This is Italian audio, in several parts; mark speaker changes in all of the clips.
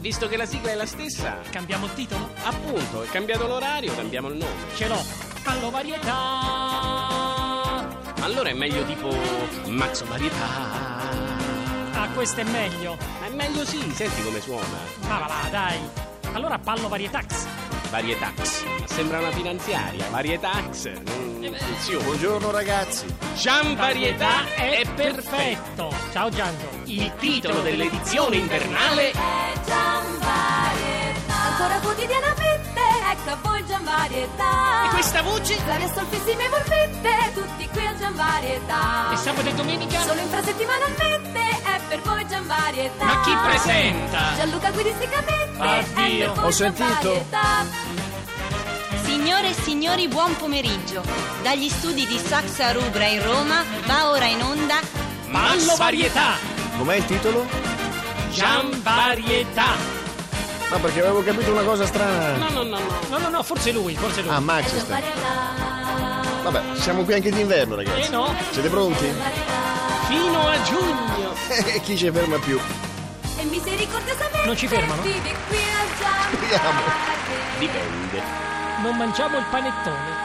Speaker 1: visto che la sigla è la stessa,
Speaker 2: Cambiamo il titolo?
Speaker 1: appunto, è cambiato l'orario, cambiamo il nome.
Speaker 2: Ce l'ho. Fallo varietà.
Speaker 1: Allora è meglio tipo Mazzo Varietà.
Speaker 2: Ah, questo è meglio.
Speaker 1: È meglio sì, senti come suona.
Speaker 2: Ma va là, dai. Allora pallo varietax.
Speaker 1: Varietax. Sembra una finanziaria. Varietax. Non funziona.
Speaker 3: Buongiorno ragazzi.
Speaker 1: Gian Varietà è perfetto.
Speaker 2: perfetto. Ciao Gianco.
Speaker 1: Il titolo dell'edizione invernale
Speaker 4: è Gian Varietà. Ancora quotidianamente, ecco a voi Gian Varietà.
Speaker 1: è questa voce.
Speaker 4: Gloria, solfissime volpette, tutti qui a Gian Varietà.
Speaker 2: E sabato e domenica?
Speaker 4: Solo infrasettimanalmente, è per voi Gian Varietà.
Speaker 1: Ah.
Speaker 2: Ma chi presenta?
Speaker 4: Gianluca guidisticamente, è per
Speaker 2: Addio.
Speaker 4: voi
Speaker 3: Ho
Speaker 4: Gian
Speaker 3: sentito.
Speaker 4: Varietà.
Speaker 5: Signore e signori, buon pomeriggio. Dagli studi di Saxa Rubra in Roma va ora in onda
Speaker 2: Pallo
Speaker 1: Mazzo
Speaker 2: varietà.
Speaker 3: Com'è il titolo?
Speaker 2: Gian varietà.
Speaker 3: Ma Ah, perché avevo capito una cosa strana.
Speaker 1: No, no, no, no.
Speaker 2: No, no, no, forse lui, forse lui.
Speaker 3: Ah,
Speaker 4: È
Speaker 3: Max.
Speaker 4: Gian
Speaker 3: sta-
Speaker 4: Varietà.
Speaker 3: Vabbè, siamo qui anche d'inverno,
Speaker 2: Eh
Speaker 3: ragazzi.
Speaker 2: no,
Speaker 3: Siete pronti?
Speaker 2: fino a giugno.
Speaker 3: Eh, Chi ci ferma più?
Speaker 4: E misericordiosamente
Speaker 2: Non ci fermano?
Speaker 4: Vive qui a Gian
Speaker 3: Speriamo.
Speaker 4: Varietà.
Speaker 1: Dipende.
Speaker 2: Non mangiamo il panettone.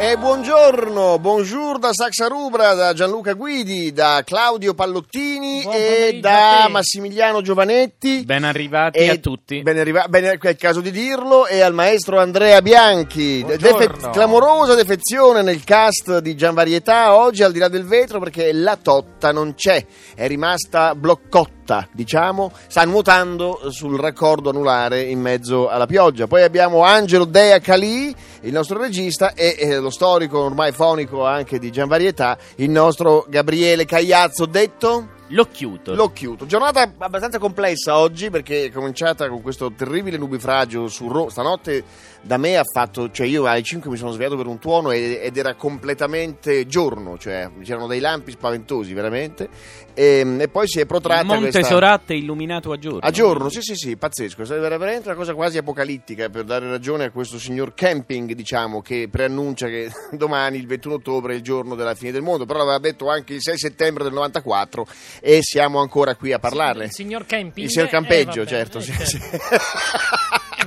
Speaker 3: E buongiorno, bonjour da Saxa Rubra, da Gianluca Guidi, da Claudio Pallottini
Speaker 2: Buon
Speaker 3: e
Speaker 2: pomeriggio a
Speaker 3: da
Speaker 2: te.
Speaker 3: Massimiliano Giovanetti.
Speaker 6: Ben arrivati
Speaker 3: E
Speaker 6: a tutti.
Speaker 3: Ben arriva- bene, è il caso di dirlo, e al maestro Andrea Bianchi. De- defe- clamorosa defezione nel cast di Gianvarietà oggi, al di là del vetro, perché la Totta non c'è, è rimasta bloccotta, diciamo, sta nuotando sul raccordo anulare in mezzo alla pioggia. Poi abbiamo Angelo Dea Calì, il nostro regista, e eh, lo storico ormai fonico anche di Gianvarietà, il nostro Gabriele Cagliazzo, detto...
Speaker 6: L'ho chiuso.
Speaker 3: L'ho chiuso. Giornata abbastanza complessa oggi perché è cominciata con questo terribile nubifragio su Roma. Stanotte da me ha fatto, cioè io alle 5 mi sono svegliato per un tuono e- ed era completamente giorno, cioè c'erano dei lampi spaventosi veramente. Ehm, E, e poi si è protratta
Speaker 6: Il Monte
Speaker 3: questa...
Speaker 6: Soratte illuminato a giorno.
Speaker 3: A giorno, sì, sì, sì, pazzesco. È stata veramente una cosa quasi apocalittica per dare ragione a questo signor Camping, diciamo, che preannuncia che domani, il 21 ottobre, è il giorno della fine del mondo. Però l'aveva detto anche il 6 settembre del 94 e siamo ancora qui a parlarne.
Speaker 2: Il signor Camping.
Speaker 3: Il signor Campeggio,
Speaker 2: Eh, vabbè,
Speaker 3: certo.
Speaker 2: eh,
Speaker 3: sì,
Speaker 2: certo.
Speaker 3: sì.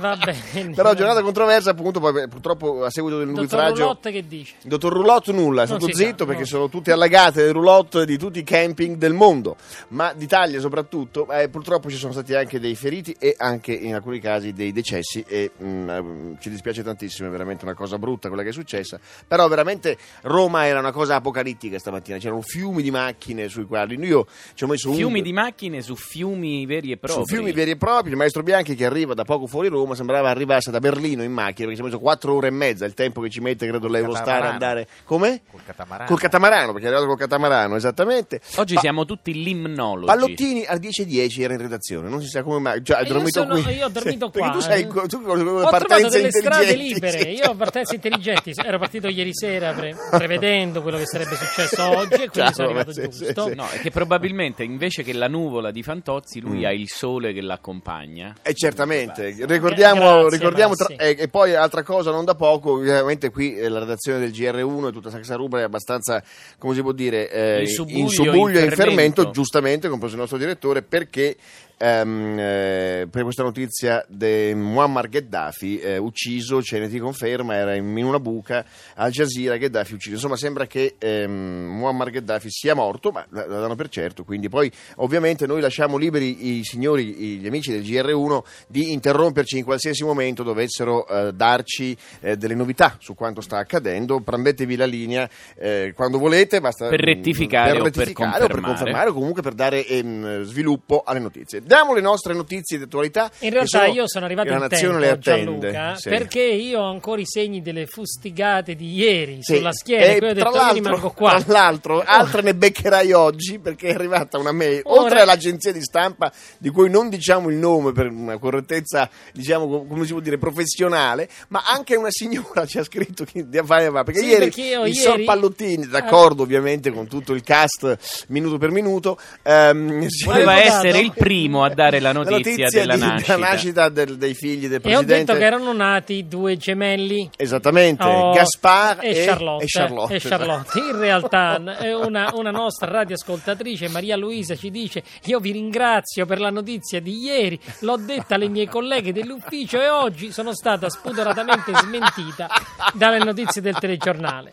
Speaker 2: Va bene.
Speaker 3: Però giornata controversa, appunto, poi beh, purtroppo a seguito del
Speaker 2: Dottor
Speaker 3: nubifragio.
Speaker 2: Roulotte che dice?
Speaker 3: Dottor Roulotte nulla, è
Speaker 2: Non
Speaker 3: stato
Speaker 2: si sa,
Speaker 3: zitto perché
Speaker 2: no.
Speaker 3: sono tutte allagate le roulotte di tutti i camping del mondo, ma d'Italia soprattutto, eh, purtroppo ci sono stati anche dei feriti e anche in alcuni casi dei decessi e mm, ehm, ci dispiace tantissimo, è veramente una cosa brutta quella che è successa, però veramente Roma era una cosa apocalittica stamattina, c'erano fiumi di macchine sui quali io ci ho messo un...
Speaker 6: Fiumi di macchine su fiumi veri e propri.
Speaker 3: Su fiumi veri e propri, il maestro Bianchi che arriva da poco fuori Roma sembrava arrivasse da Berlino in macchina perché ci ha messo 4 ore e mezza il tempo che ci mette, credo, l'Eurostar a
Speaker 7: catamarano.
Speaker 3: andare. Come?
Speaker 7: Col catamarano.
Speaker 3: Col catamarano, perché è arrivato col catamarano, esattamente.
Speaker 6: Oggi
Speaker 3: Pa-
Speaker 6: siamo tutti limnologi.
Speaker 3: Pallottini alle 10.10 era in redazione, non si sa come mai. Cioè, hai
Speaker 2: E io
Speaker 3: dormito
Speaker 2: sono-
Speaker 3: qui.
Speaker 2: io ho dormito
Speaker 3: Sì,
Speaker 2: qua,
Speaker 3: Perché tu sei
Speaker 2: eh.
Speaker 3: co- tu con
Speaker 2: Ho
Speaker 3: le
Speaker 2: trovato
Speaker 3: partenze
Speaker 2: delle strade
Speaker 3: intelligenti.
Speaker 2: libere.
Speaker 3: sì,
Speaker 2: Io ho partenze intelligenti. Ero partito ieri sera pre- prevedendo quello che sarebbe successo oggi e quindi
Speaker 3: Ciao,
Speaker 2: sono arrivato
Speaker 3: sì, sì,
Speaker 2: giusto.
Speaker 3: sì.
Speaker 6: No, è che probabilmente invece che la nuvola di Fantozzi, lui ha il sole che l'accompagna.
Speaker 3: Eh, certamente, ricordiamo,
Speaker 2: Grazie,
Speaker 3: ricordiamo tra-
Speaker 2: Massi.
Speaker 3: eh, e, poi altra cosa, non da poco, ovviamente qui eh, la redazione del GR1 e tutta Saxa Rubra è abbastanza, come si può dire, eh,
Speaker 6: In subbuglio,
Speaker 3: in subbuglio e in
Speaker 6: in
Speaker 3: fermento,
Speaker 6: fermento.
Speaker 3: giustamente, compreso il nostro direttore, perché ehm, eh, per questa notizia di Muammar Gheddafi, eh, ucciso, Ceneti conferma, era in, in una buca, Al Jazeera Gheddafi ucciso, insomma sembra che ehm, Muammar Gheddafi sia morto, ma la, la danno per certo, quindi poi Ovviamente noi lasciamo liberi i signori, i- gli amici del GR1 di interromperci in qualsiasi momento dovessero eh, darci eh, delle novità su quanto sta accadendo. Prendetevi la linea eh, quando volete, basta
Speaker 6: Per
Speaker 3: mm,
Speaker 6: rettificare o per
Speaker 3: rettificare o per
Speaker 6: confermare.
Speaker 3: confermare o comunque per dare ehm, sviluppo alle notizie. Diamo le nostre notizie di attualità.
Speaker 2: In
Speaker 3: che
Speaker 2: realtà io sono arrivato
Speaker 3: che la
Speaker 2: in tempo,
Speaker 3: nazione le attende.
Speaker 2: Gianluca,
Speaker 3: Sì.
Speaker 2: perché io ho ancora i segni delle fustigate di ieri
Speaker 3: Sì.
Speaker 2: sulla schiena.
Speaker 3: E
Speaker 2: quindi ho detto,
Speaker 3: tra,
Speaker 2: io
Speaker 3: l'altro,
Speaker 2: rimango qua. Oh.
Speaker 3: tra l'altro, altre ne beccherai oggi perché è arrivata una mail,
Speaker 2: Ora-
Speaker 3: oltre all'agenzia di stampa di cui non diciamo il nome per una correttezza, diciamo, co- come si può dire, professionale, ma anche una signora ci ha scritto che di affari va, perché
Speaker 2: Sì,
Speaker 3: ieri
Speaker 2: perché io
Speaker 3: il sor
Speaker 2: ieri- Ah.
Speaker 3: Pallottini, d'accordo ovviamente con tutto il cast minuto per minuto, ehm, si-
Speaker 6: Voleva
Speaker 2: Avevo dato-
Speaker 6: essere il primo andiamo a dare la notizia, della
Speaker 3: di-
Speaker 6: nascita.
Speaker 3: del- dei figli del
Speaker 2: E ho
Speaker 3: presidente.
Speaker 2: detto che erano nati due gemelli.
Speaker 3: Esattamente,
Speaker 2: Oh,
Speaker 3: Gaspar
Speaker 2: e Charlotte,
Speaker 3: e Charlotte.
Speaker 2: e Charlotte. In realtà n- è una, una nostra radioascoltatrice, Maria Luisa, ci dice: Io vi ringrazio per la notizia di ieri, l'ho detta alle mie colleghe dell'ufficio e oggi sono stata spudoratamente smentita dalle notizie del telegiornale.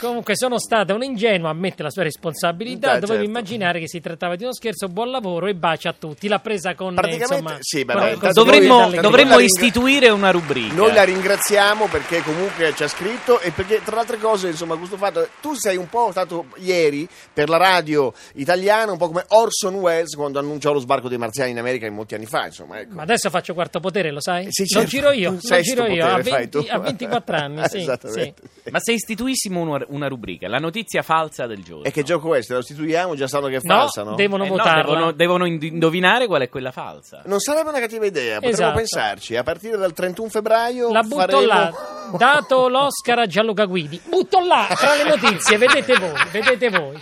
Speaker 2: Comunque sono stata un ingenuo, ammette la sua responsabilità,
Speaker 3: Beh,
Speaker 2: dovevo
Speaker 3: certo.
Speaker 2: immaginare che si trattava di uno scherzo, buon lavoro e baci a tutti. L'ha presa con eh,
Speaker 3: Praticamente,
Speaker 2: insomma,
Speaker 3: sì,
Speaker 2: con-
Speaker 3: vabbè,
Speaker 2: con
Speaker 3: intanto
Speaker 2: sorriso
Speaker 3: noi-
Speaker 2: e
Speaker 6: Dovremmo,
Speaker 2: allegria.
Speaker 6: dovremmo
Speaker 3: Noi la ringra-
Speaker 6: istituire una rubrica.
Speaker 3: Noi la ringraziamo perché comunque ci ha scritto e perché tra le altre cose, insomma, questo fatto, tu sei un po' stato ieri per la radio italiana un po' come Orson Welles quando annunciò lo sbarco dei marziani in America molti anni fa, insomma, ecco.
Speaker 2: Ma adesso faccio quarto potere, lo sai?
Speaker 3: Eh, sì,
Speaker 2: Lo
Speaker 3: certo.
Speaker 2: giro io, lo
Speaker 3: Sesto
Speaker 2: giro io
Speaker 3: potere
Speaker 2: a,
Speaker 3: fai
Speaker 2: 20
Speaker 3: tu.
Speaker 2: a 24 anni, sì, sì.
Speaker 3: Esattamente.
Speaker 6: Ma se istituissimo una, una rubrica, la notizia falsa del giorno.
Speaker 3: E che gioco è? Se la istituiamo già sanno che è
Speaker 2: No,
Speaker 3: falsa, no?
Speaker 2: devono
Speaker 6: Eh no,
Speaker 2: votarla.
Speaker 6: devono, devono ind- indovinare qual è quella falsa.
Speaker 3: Non sarebbe una cattiva idea, potremmo
Speaker 2: Esatto.
Speaker 3: pensarci. A partire dal 31 febbraio
Speaker 2: La butto
Speaker 3: faremo...
Speaker 2: là, dato l'Oscar a Gianluca Guidi. Butto là, tra le notizie, vedete voi, vedete voi.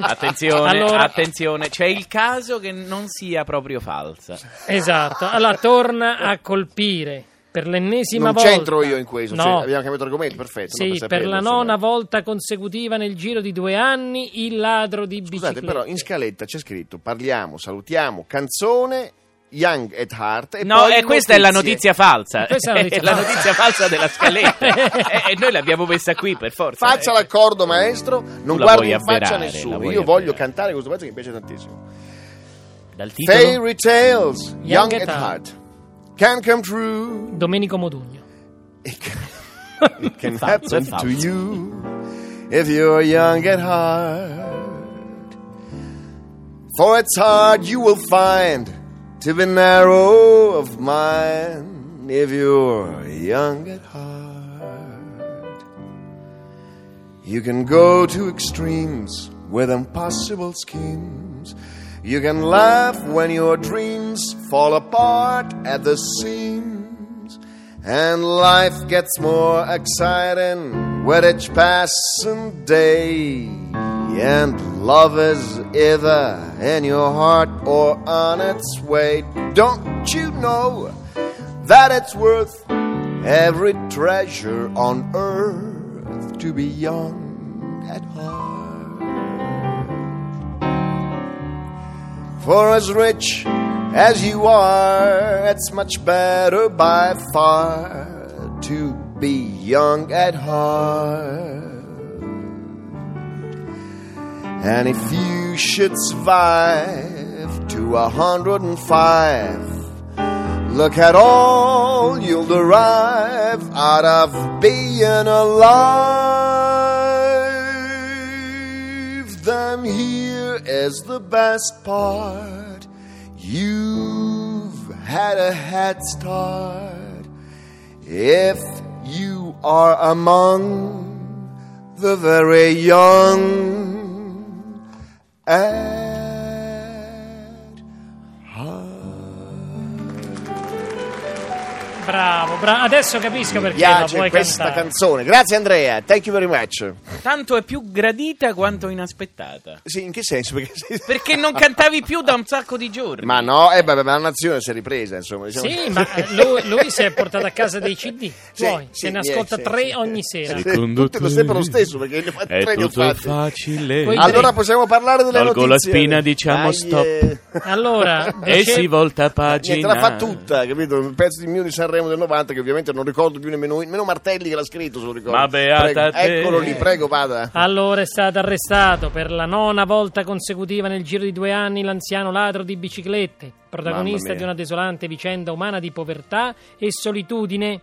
Speaker 6: Attenzione,
Speaker 2: Allora-
Speaker 6: attenzione, c'è il caso che non sia proprio falsa.
Speaker 2: Esatto, allora torna a colpire per l'ennesima
Speaker 3: Non
Speaker 2: volta.
Speaker 3: c'entro io in questo, cioè,
Speaker 2: No.
Speaker 3: abbiamo cambiato argomento, perfetto. no,
Speaker 2: Sì, per,
Speaker 3: saperlo,
Speaker 2: la
Speaker 3: insomma.
Speaker 2: nona volta consecutiva nel giro di due anni il ladro di
Speaker 3: Scusate,
Speaker 2: biciclette.
Speaker 3: però in scaletta c'è scritto parliamo, salutiamo, canzone, Young at Heart. E
Speaker 6: No,
Speaker 3: poi
Speaker 6: eh, questa è la notizia falsa.
Speaker 2: Questa è la notizia falsa.
Speaker 6: falsa della scaletta. e, e noi l'abbiamo messa qui per forza.
Speaker 3: Faccia
Speaker 6: eh.
Speaker 3: l'accordo, maestro, non
Speaker 6: La
Speaker 3: guardi
Speaker 6: vuoi
Speaker 3: in faccia a
Speaker 6: avverare, la
Speaker 3: nessuno.
Speaker 6: vuoi
Speaker 3: Io voglio
Speaker 6: avverare.
Speaker 3: cantare questo pezzo che mi piace tantissimo.
Speaker 6: Dal titolo.
Speaker 3: Fairy Tales, Young,
Speaker 2: Young at
Speaker 3: at Heart. Can come true.
Speaker 2: Domenico Modugno.
Speaker 3: It can, it can
Speaker 6: Falso, è
Speaker 3: happen to
Speaker 6: falso.
Speaker 3: you if you're young at heart. For it's hard you will find to be narrow of mind if you're young at heart. You can go to extremes with impossible schemes. You can laugh when your dreams fall apart at the seams. And life gets more exciting with each passing day. And love is either in your heart or on its way. Don't you know that it's worth every treasure on earth to be young at heart? For as rich as you are, it's much better by far to be young at heart. And if you should survive to a hundred and five, look at all you'll derive out of being alive. Then here is the best part. You've had a head start if you are among the very young at
Speaker 2: Bravo, bravo. Adesso capisco perché la
Speaker 3: piace
Speaker 2: vuoi
Speaker 3: questa
Speaker 2: cantare.
Speaker 3: canzone. Grazie Andrea, thank you very much.
Speaker 6: Tanto è più gradita quanto inaspettata.
Speaker 3: Sì, in che senso? Perché sei-
Speaker 6: Perché non cantavi più da un sacco di giorni.
Speaker 3: Ma no, eh, beh, beh, la nazione si è ripresa, insomma. diciamo-
Speaker 2: Sì, ma eh, lui, lui si è portato a casa dei CD,
Speaker 3: Sì,
Speaker 2: poi
Speaker 3: sì,
Speaker 2: se ne
Speaker 3: niente,
Speaker 2: ascolta
Speaker 3: sì,
Speaker 2: tre
Speaker 3: sì.
Speaker 2: ogni sera.
Speaker 3: Sì, tutte lo sempre lo stesso, perché ne ho fatti tre, ne ho fatti.
Speaker 6: facile.
Speaker 2: Quei
Speaker 3: Allora possiamo parlare delle
Speaker 6: Tolgo la
Speaker 3: notizie.
Speaker 6: spina, diciamo stop.
Speaker 2: Allora,
Speaker 6: Eh
Speaker 2: dice-
Speaker 6: volta
Speaker 3: Niente, la fa tutta, capito? Un pezzo di mio di Sanremo del 90 che ovviamente non ricordo più nemmeno, nemmeno Martelli che l'ha scritto, se lo ricordo.
Speaker 6: Ma beata
Speaker 3: Prego,
Speaker 6: te.
Speaker 3: Eccolo lì, prego, vada.
Speaker 2: Allora è stato arrestato per la nona volta consecutiva nel giro di due anni l'anziano ladro di biciclette,
Speaker 3: Mamma
Speaker 2: protagonista
Speaker 3: mia.
Speaker 2: di una desolante vicenda umana di povertà e solitudine,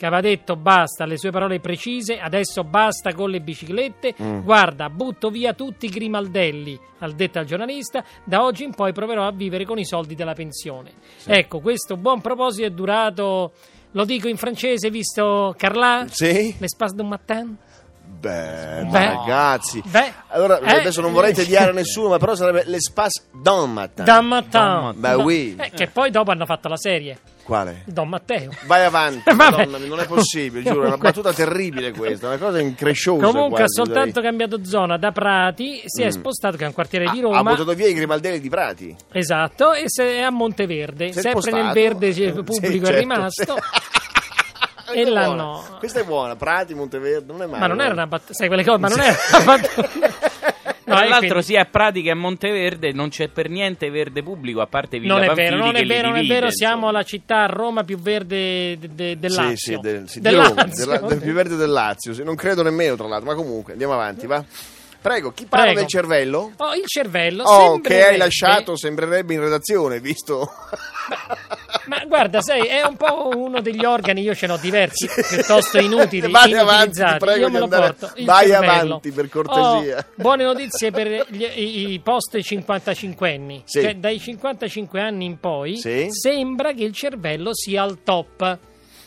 Speaker 2: che aveva detto basta alle sue parole precise, adesso basta con le biciclette,
Speaker 3: Mm.
Speaker 2: guarda, butto via tutti i grimaldelli, al detto al giornalista, da oggi in poi proverò a vivere con i soldi della pensione. Ecco, questo buon proposito è durato, lo dico in francese, visto Carlà,
Speaker 3: Sì?
Speaker 2: l'espace d'un matin.
Speaker 3: Beh, ma
Speaker 2: Beh.
Speaker 3: ragazzi.
Speaker 2: Beh.
Speaker 3: Allora,
Speaker 2: Eh.
Speaker 3: adesso non vorrei tediare nessuno, ma però sarebbe l'espace Don Matteo.
Speaker 2: Don Matteo.
Speaker 3: Beh, oui.
Speaker 2: Eh, che poi dopo hanno fatto la serie.
Speaker 3: Quale?
Speaker 2: Don Matteo.
Speaker 3: Vai avanti,
Speaker 2: Eh, Vabbè.
Speaker 3: madonna, mia, non è possibile, giuro, è una
Speaker 2: Comunque-
Speaker 3: battuta terribile questa, una cosa incresciosa
Speaker 2: Comunque ha
Speaker 3: quasi,
Speaker 2: soltanto
Speaker 3: direi. Mm. Ah,
Speaker 2: cambiato zona da Prati, si è spostato che è un quartiere di
Speaker 3: Ha- Ha
Speaker 2: Roma.
Speaker 3: buttato via i grimaldelli di Prati.
Speaker 2: Esatto, e se è a Monteverde,
Speaker 3: Si è
Speaker 2: sempre nel
Speaker 3: spostato.
Speaker 2: verde
Speaker 3: Sì,
Speaker 2: eh, pubblico
Speaker 3: certo.
Speaker 2: è rimasto.
Speaker 3: Questa
Speaker 2: E
Speaker 3: è buona.
Speaker 2: l'hanno-
Speaker 3: Questa è buona, Prati, Monteverde, non è male.
Speaker 2: Ma non era
Speaker 3: guarda.
Speaker 2: una battuta, sai quelle cose, ma non era una battuta. No,
Speaker 6: Tra
Speaker 2: e
Speaker 6: l'altro,
Speaker 2: quindi-
Speaker 6: sia a Pratica e a Monteverde non c'è per niente verde pubblico, a parte Villa
Speaker 2: non è
Speaker 6: Pamphili
Speaker 2: vero, non è
Speaker 6: che li
Speaker 2: vero, non è
Speaker 6: divide,
Speaker 2: vero,
Speaker 6: insomma.
Speaker 2: siamo la città a Roma più verde de- de- del Lazio.
Speaker 3: Sì, sì, del, sì,
Speaker 2: Del
Speaker 3: di Roma,
Speaker 2: Lazio.
Speaker 3: della- del più verde del Lazio, sì, non credo nemmeno tra l'altro, ma comunque andiamo avanti, va. Prego, chi parla
Speaker 2: Prego.
Speaker 3: del cervello?
Speaker 2: Oh, il cervello
Speaker 3: Oh, che hai
Speaker 2: sembrerebbe-
Speaker 3: lasciato sembrerebbe in redazione, visto
Speaker 2: Ma guarda, sai, è un po' uno degli organi, io ce n'ho diversi, piuttosto inutili,
Speaker 3: Vai avanti, ti
Speaker 2: inutilizzati.
Speaker 3: prego
Speaker 2: io
Speaker 3: di
Speaker 2: me lo
Speaker 3: andare-
Speaker 2: porto. il
Speaker 3: vai
Speaker 2: cervello.
Speaker 3: avanti, per cortesia.
Speaker 2: Oh, buone notizie per gli- i, i post 55 anni.
Speaker 3: Sì.
Speaker 2: Cioè, dai 55 anni in poi
Speaker 3: Sì.
Speaker 2: sembra che il cervello sia al top.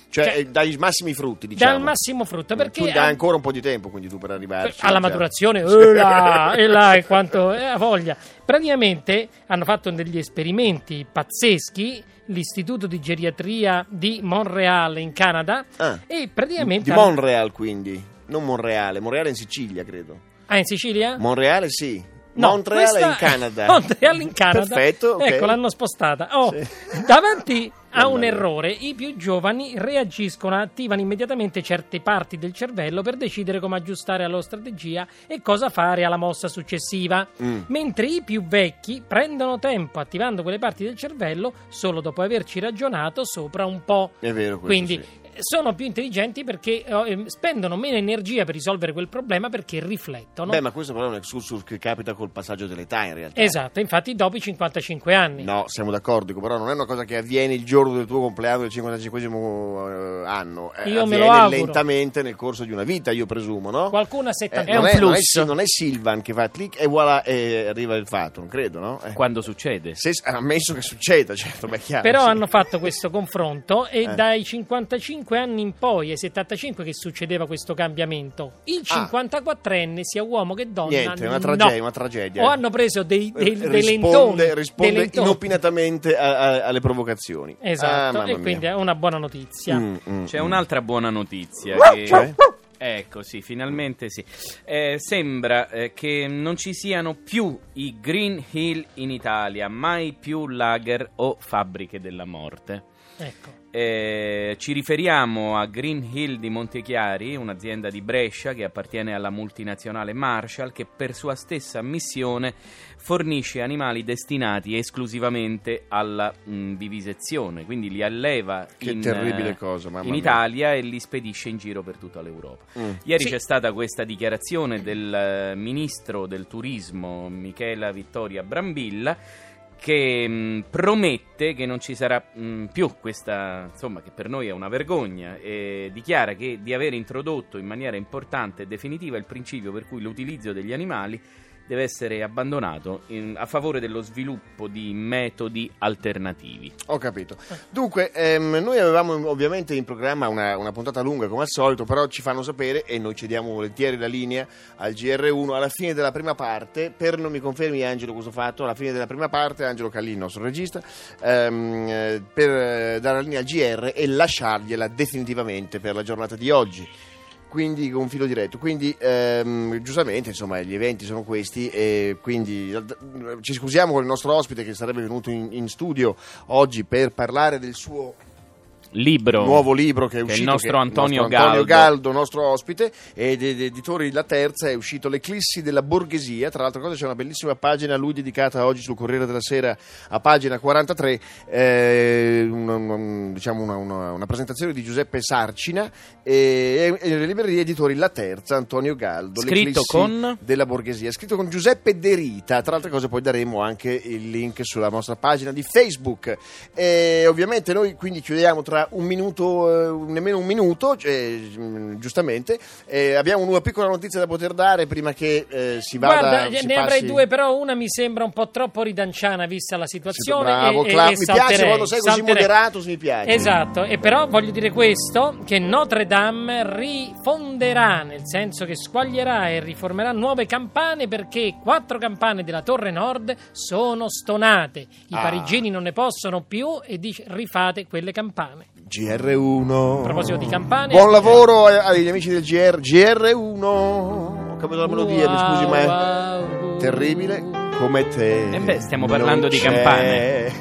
Speaker 3: Cioè,
Speaker 2: Cioè,
Speaker 3: eh, dai massimi frutti, diciamo.
Speaker 2: Dal massimo frutto, perché
Speaker 3: tu dai ancora un po' di tempo, quindi tu per arrivarci.
Speaker 2: alla
Speaker 3: cioè.
Speaker 2: maturazione
Speaker 3: Sì.
Speaker 2: e là, e là e quanto e la voglia praticamente hanno fatto degli esperimenti pazzeschi l'istituto di geriatria di Montreal in Canada
Speaker 3: Ah.
Speaker 2: e praticamente
Speaker 3: Di Montreal, quindi. Non Monreale, Monreale è in Sicilia, credo.
Speaker 2: ah in Sicilia?
Speaker 3: Monreale sì.
Speaker 2: No,
Speaker 3: Montreal
Speaker 2: questa-
Speaker 3: è in Canada.
Speaker 2: Montreal in Canada.
Speaker 3: Perfetto, ok.
Speaker 2: Ecco, l'hanno spostata. Oh,
Speaker 3: Sì.
Speaker 2: Davanti a
Speaker 3: Mamma
Speaker 2: un
Speaker 3: mia.
Speaker 2: errore, i più giovani reagiscono, attivano immediatamente certe parti del cervello per decidere come aggiustare la loro strategia e cosa fare alla mossa successiva.
Speaker 3: Mm.
Speaker 2: Mentre i più vecchi prendono tempo attivando quelle parti del cervello solo dopo averci ragionato sopra un po'.
Speaker 3: È vero questo,
Speaker 2: Quindi
Speaker 3: sì.
Speaker 2: eh, sono più intelligenti perché eh, ehm, spendono meno energia per risolvere quel problema perché riflettono.
Speaker 3: Beh, ma questo però è un excursus che capita col passaggio dell'età, in realtà.
Speaker 2: Esatto, infatti dopo i 55 anni.
Speaker 3: No, siamo d'accordo, dico, però non è una cosa che avviene il giorno del tuo compleanno del 55 anno, eh,
Speaker 2: Io me
Speaker 3: avviene
Speaker 2: lo auguro.
Speaker 3: lentamente nel corso di una vita, io presumo, no?
Speaker 2: Qualcuno a 70
Speaker 3: Eh,
Speaker 2: è
Speaker 3: non
Speaker 2: un
Speaker 3: non
Speaker 2: plus.
Speaker 3: sì, Non è, Silvan che fa click e voilà, e arriva il fatto, non credo, no? Eh.
Speaker 6: Quando succede?
Speaker 3: Se, ammesso che succeda, certo, ma è chiaro.
Speaker 2: Però
Speaker 3: sì.
Speaker 2: hanno fatto questo confronto e
Speaker 3: Eh.
Speaker 2: dai 55 anni in poi, ai 75 che succedeva questo cambiamento. Il
Speaker 3: Ah.
Speaker 2: 54enne, sia uomo che donna,
Speaker 3: Niente, è una
Speaker 2: no.
Speaker 3: tragedia, una tragedia.
Speaker 2: O hanno preso dei, dei, dei lentoni,
Speaker 3: risponde,
Speaker 2: dei
Speaker 3: risponde
Speaker 2: lentoni.
Speaker 3: inopinatamente a- a- alle provocazioni. Ah,
Speaker 2: Esatto,
Speaker 3: mamma
Speaker 2: e
Speaker 3: mia.
Speaker 2: quindi è una buona notizia.
Speaker 3: Mm, mm,
Speaker 6: C'è
Speaker 3: mm.
Speaker 6: un'altra buona notizia. Che...
Speaker 3: Cioè?
Speaker 6: Ecco, sì, finalmente sì. Eh, sembra eh, che non ci siano più i Green Hill in Italia, mai più lager o fabbriche della morte.
Speaker 2: Ecco.
Speaker 6: Eh, ci riferiamo a Green Hill di Montechiari, un'azienda di Brescia che appartiene alla multinazionale Marshall, che per sua stessa missione fornisce animali destinati esclusivamente alla mh, vivisezione, quindi li alleva
Speaker 3: Che
Speaker 6: in,
Speaker 3: terribile
Speaker 6: eh,
Speaker 3: cosa, mamma
Speaker 6: in
Speaker 3: mia.
Speaker 6: Italia e li spedisce in giro per tutta l'Europa.
Speaker 3: Mm.
Speaker 6: Ieri
Speaker 2: Sì.
Speaker 6: c'è stata questa dichiarazione del eh, ministro del turismo Michela Vittoria Brambilla che mh, promette che non ci sarà mh, più questa, insomma, che per noi è una vergogna, e dichiara che di aver introdotto in maniera importante e definitiva il principio per cui l'utilizzo degli animali deve essere abbandonato in- a favore dello sviluppo di metodi alternativi.
Speaker 3: Ho capito. Dunque, ehm, noi avevamo ovviamente in programma una, una puntata lunga come al solito, però ci fanno sapere e noi cediamo volentieri la linea al GR1 alla fine della prima parte, per non mi confermi Angelo questo fatto, alla fine della prima parte Angelo Callini, il nostro regista, ehm, eh, per eh, dare la linea al GR e lasciargliela definitivamente per la giornata di oggi. Quindi con filo diretto, quindi ehm, giustamente insomma gli eventi sono questi e quindi eh, ci scusiamo con il nostro ospite che sarebbe venuto in- in studio oggi per parlare del suo
Speaker 6: Libro.
Speaker 3: nuovo libro che è uscito
Speaker 6: il nostro
Speaker 3: che-
Speaker 6: Antonio,
Speaker 3: nostro Antonio
Speaker 6: Galdo.
Speaker 3: Galdo, nostro ospite ed ed- editori La Terza è uscito L'Eclissi della borghesia tra l'altra cosa c'è una bellissima pagina a lui dedicata oggi sul Corriere della Sera a pagina 43 eh, un- un- diciamo una, una- una presentazione di Giuseppe Sarcina e, e le librerie editori La Terza Antonio Galdo
Speaker 6: Scritto
Speaker 3: L'Eclissi
Speaker 6: con?
Speaker 3: della borghesia scritto con Giuseppe Derita tra l'altra cosa poi daremo anche il link sulla nostra pagina di Facebook e ovviamente noi quindi chiudiamo tra tra un minuto, eh, nemmeno un minuto, cioè, mh, giustamente. Eh, abbiamo una piccola notizia da poter dare prima che eh, si vada
Speaker 2: Guarda,
Speaker 3: si
Speaker 2: ne
Speaker 3: passi-
Speaker 2: avrei due, però una mi sembra un po' troppo ridanciana vista la situazione.
Speaker 3: Bravo,
Speaker 2: e, e-
Speaker 3: Cla-
Speaker 2: e
Speaker 3: mi piace
Speaker 2: salterei,
Speaker 3: quando sei così
Speaker 2: salterei.
Speaker 3: moderato, mi piace.
Speaker 2: Esatto, e però voglio dire questo, che Notre Dame rifonderà, nel senso che squaglierà e riformerà nuove campane perché quattro campane della Torre Nord sono stonate. I
Speaker 3: Ah.
Speaker 2: parigini non ne possono più e dice rifate quelle campane.
Speaker 3: GR1.
Speaker 2: A proposito di campane-
Speaker 3: Buon lavoro a- agli amici del GR. GR1. Ho capito la melodia, mi scusi, ma è
Speaker 2: Wow, wow.
Speaker 3: terribile come te.
Speaker 6: Eh beh, stiamo
Speaker 3: Non
Speaker 6: parlando di
Speaker 3: c'è
Speaker 6: campane.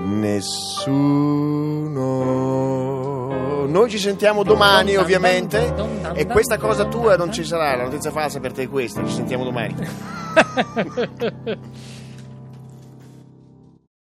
Speaker 3: Nessuno. Noi ci sentiamo domani, ovviamente. E questa cosa tua non ci sarà. La notizia falsa per te è questa. Ci sentiamo domani.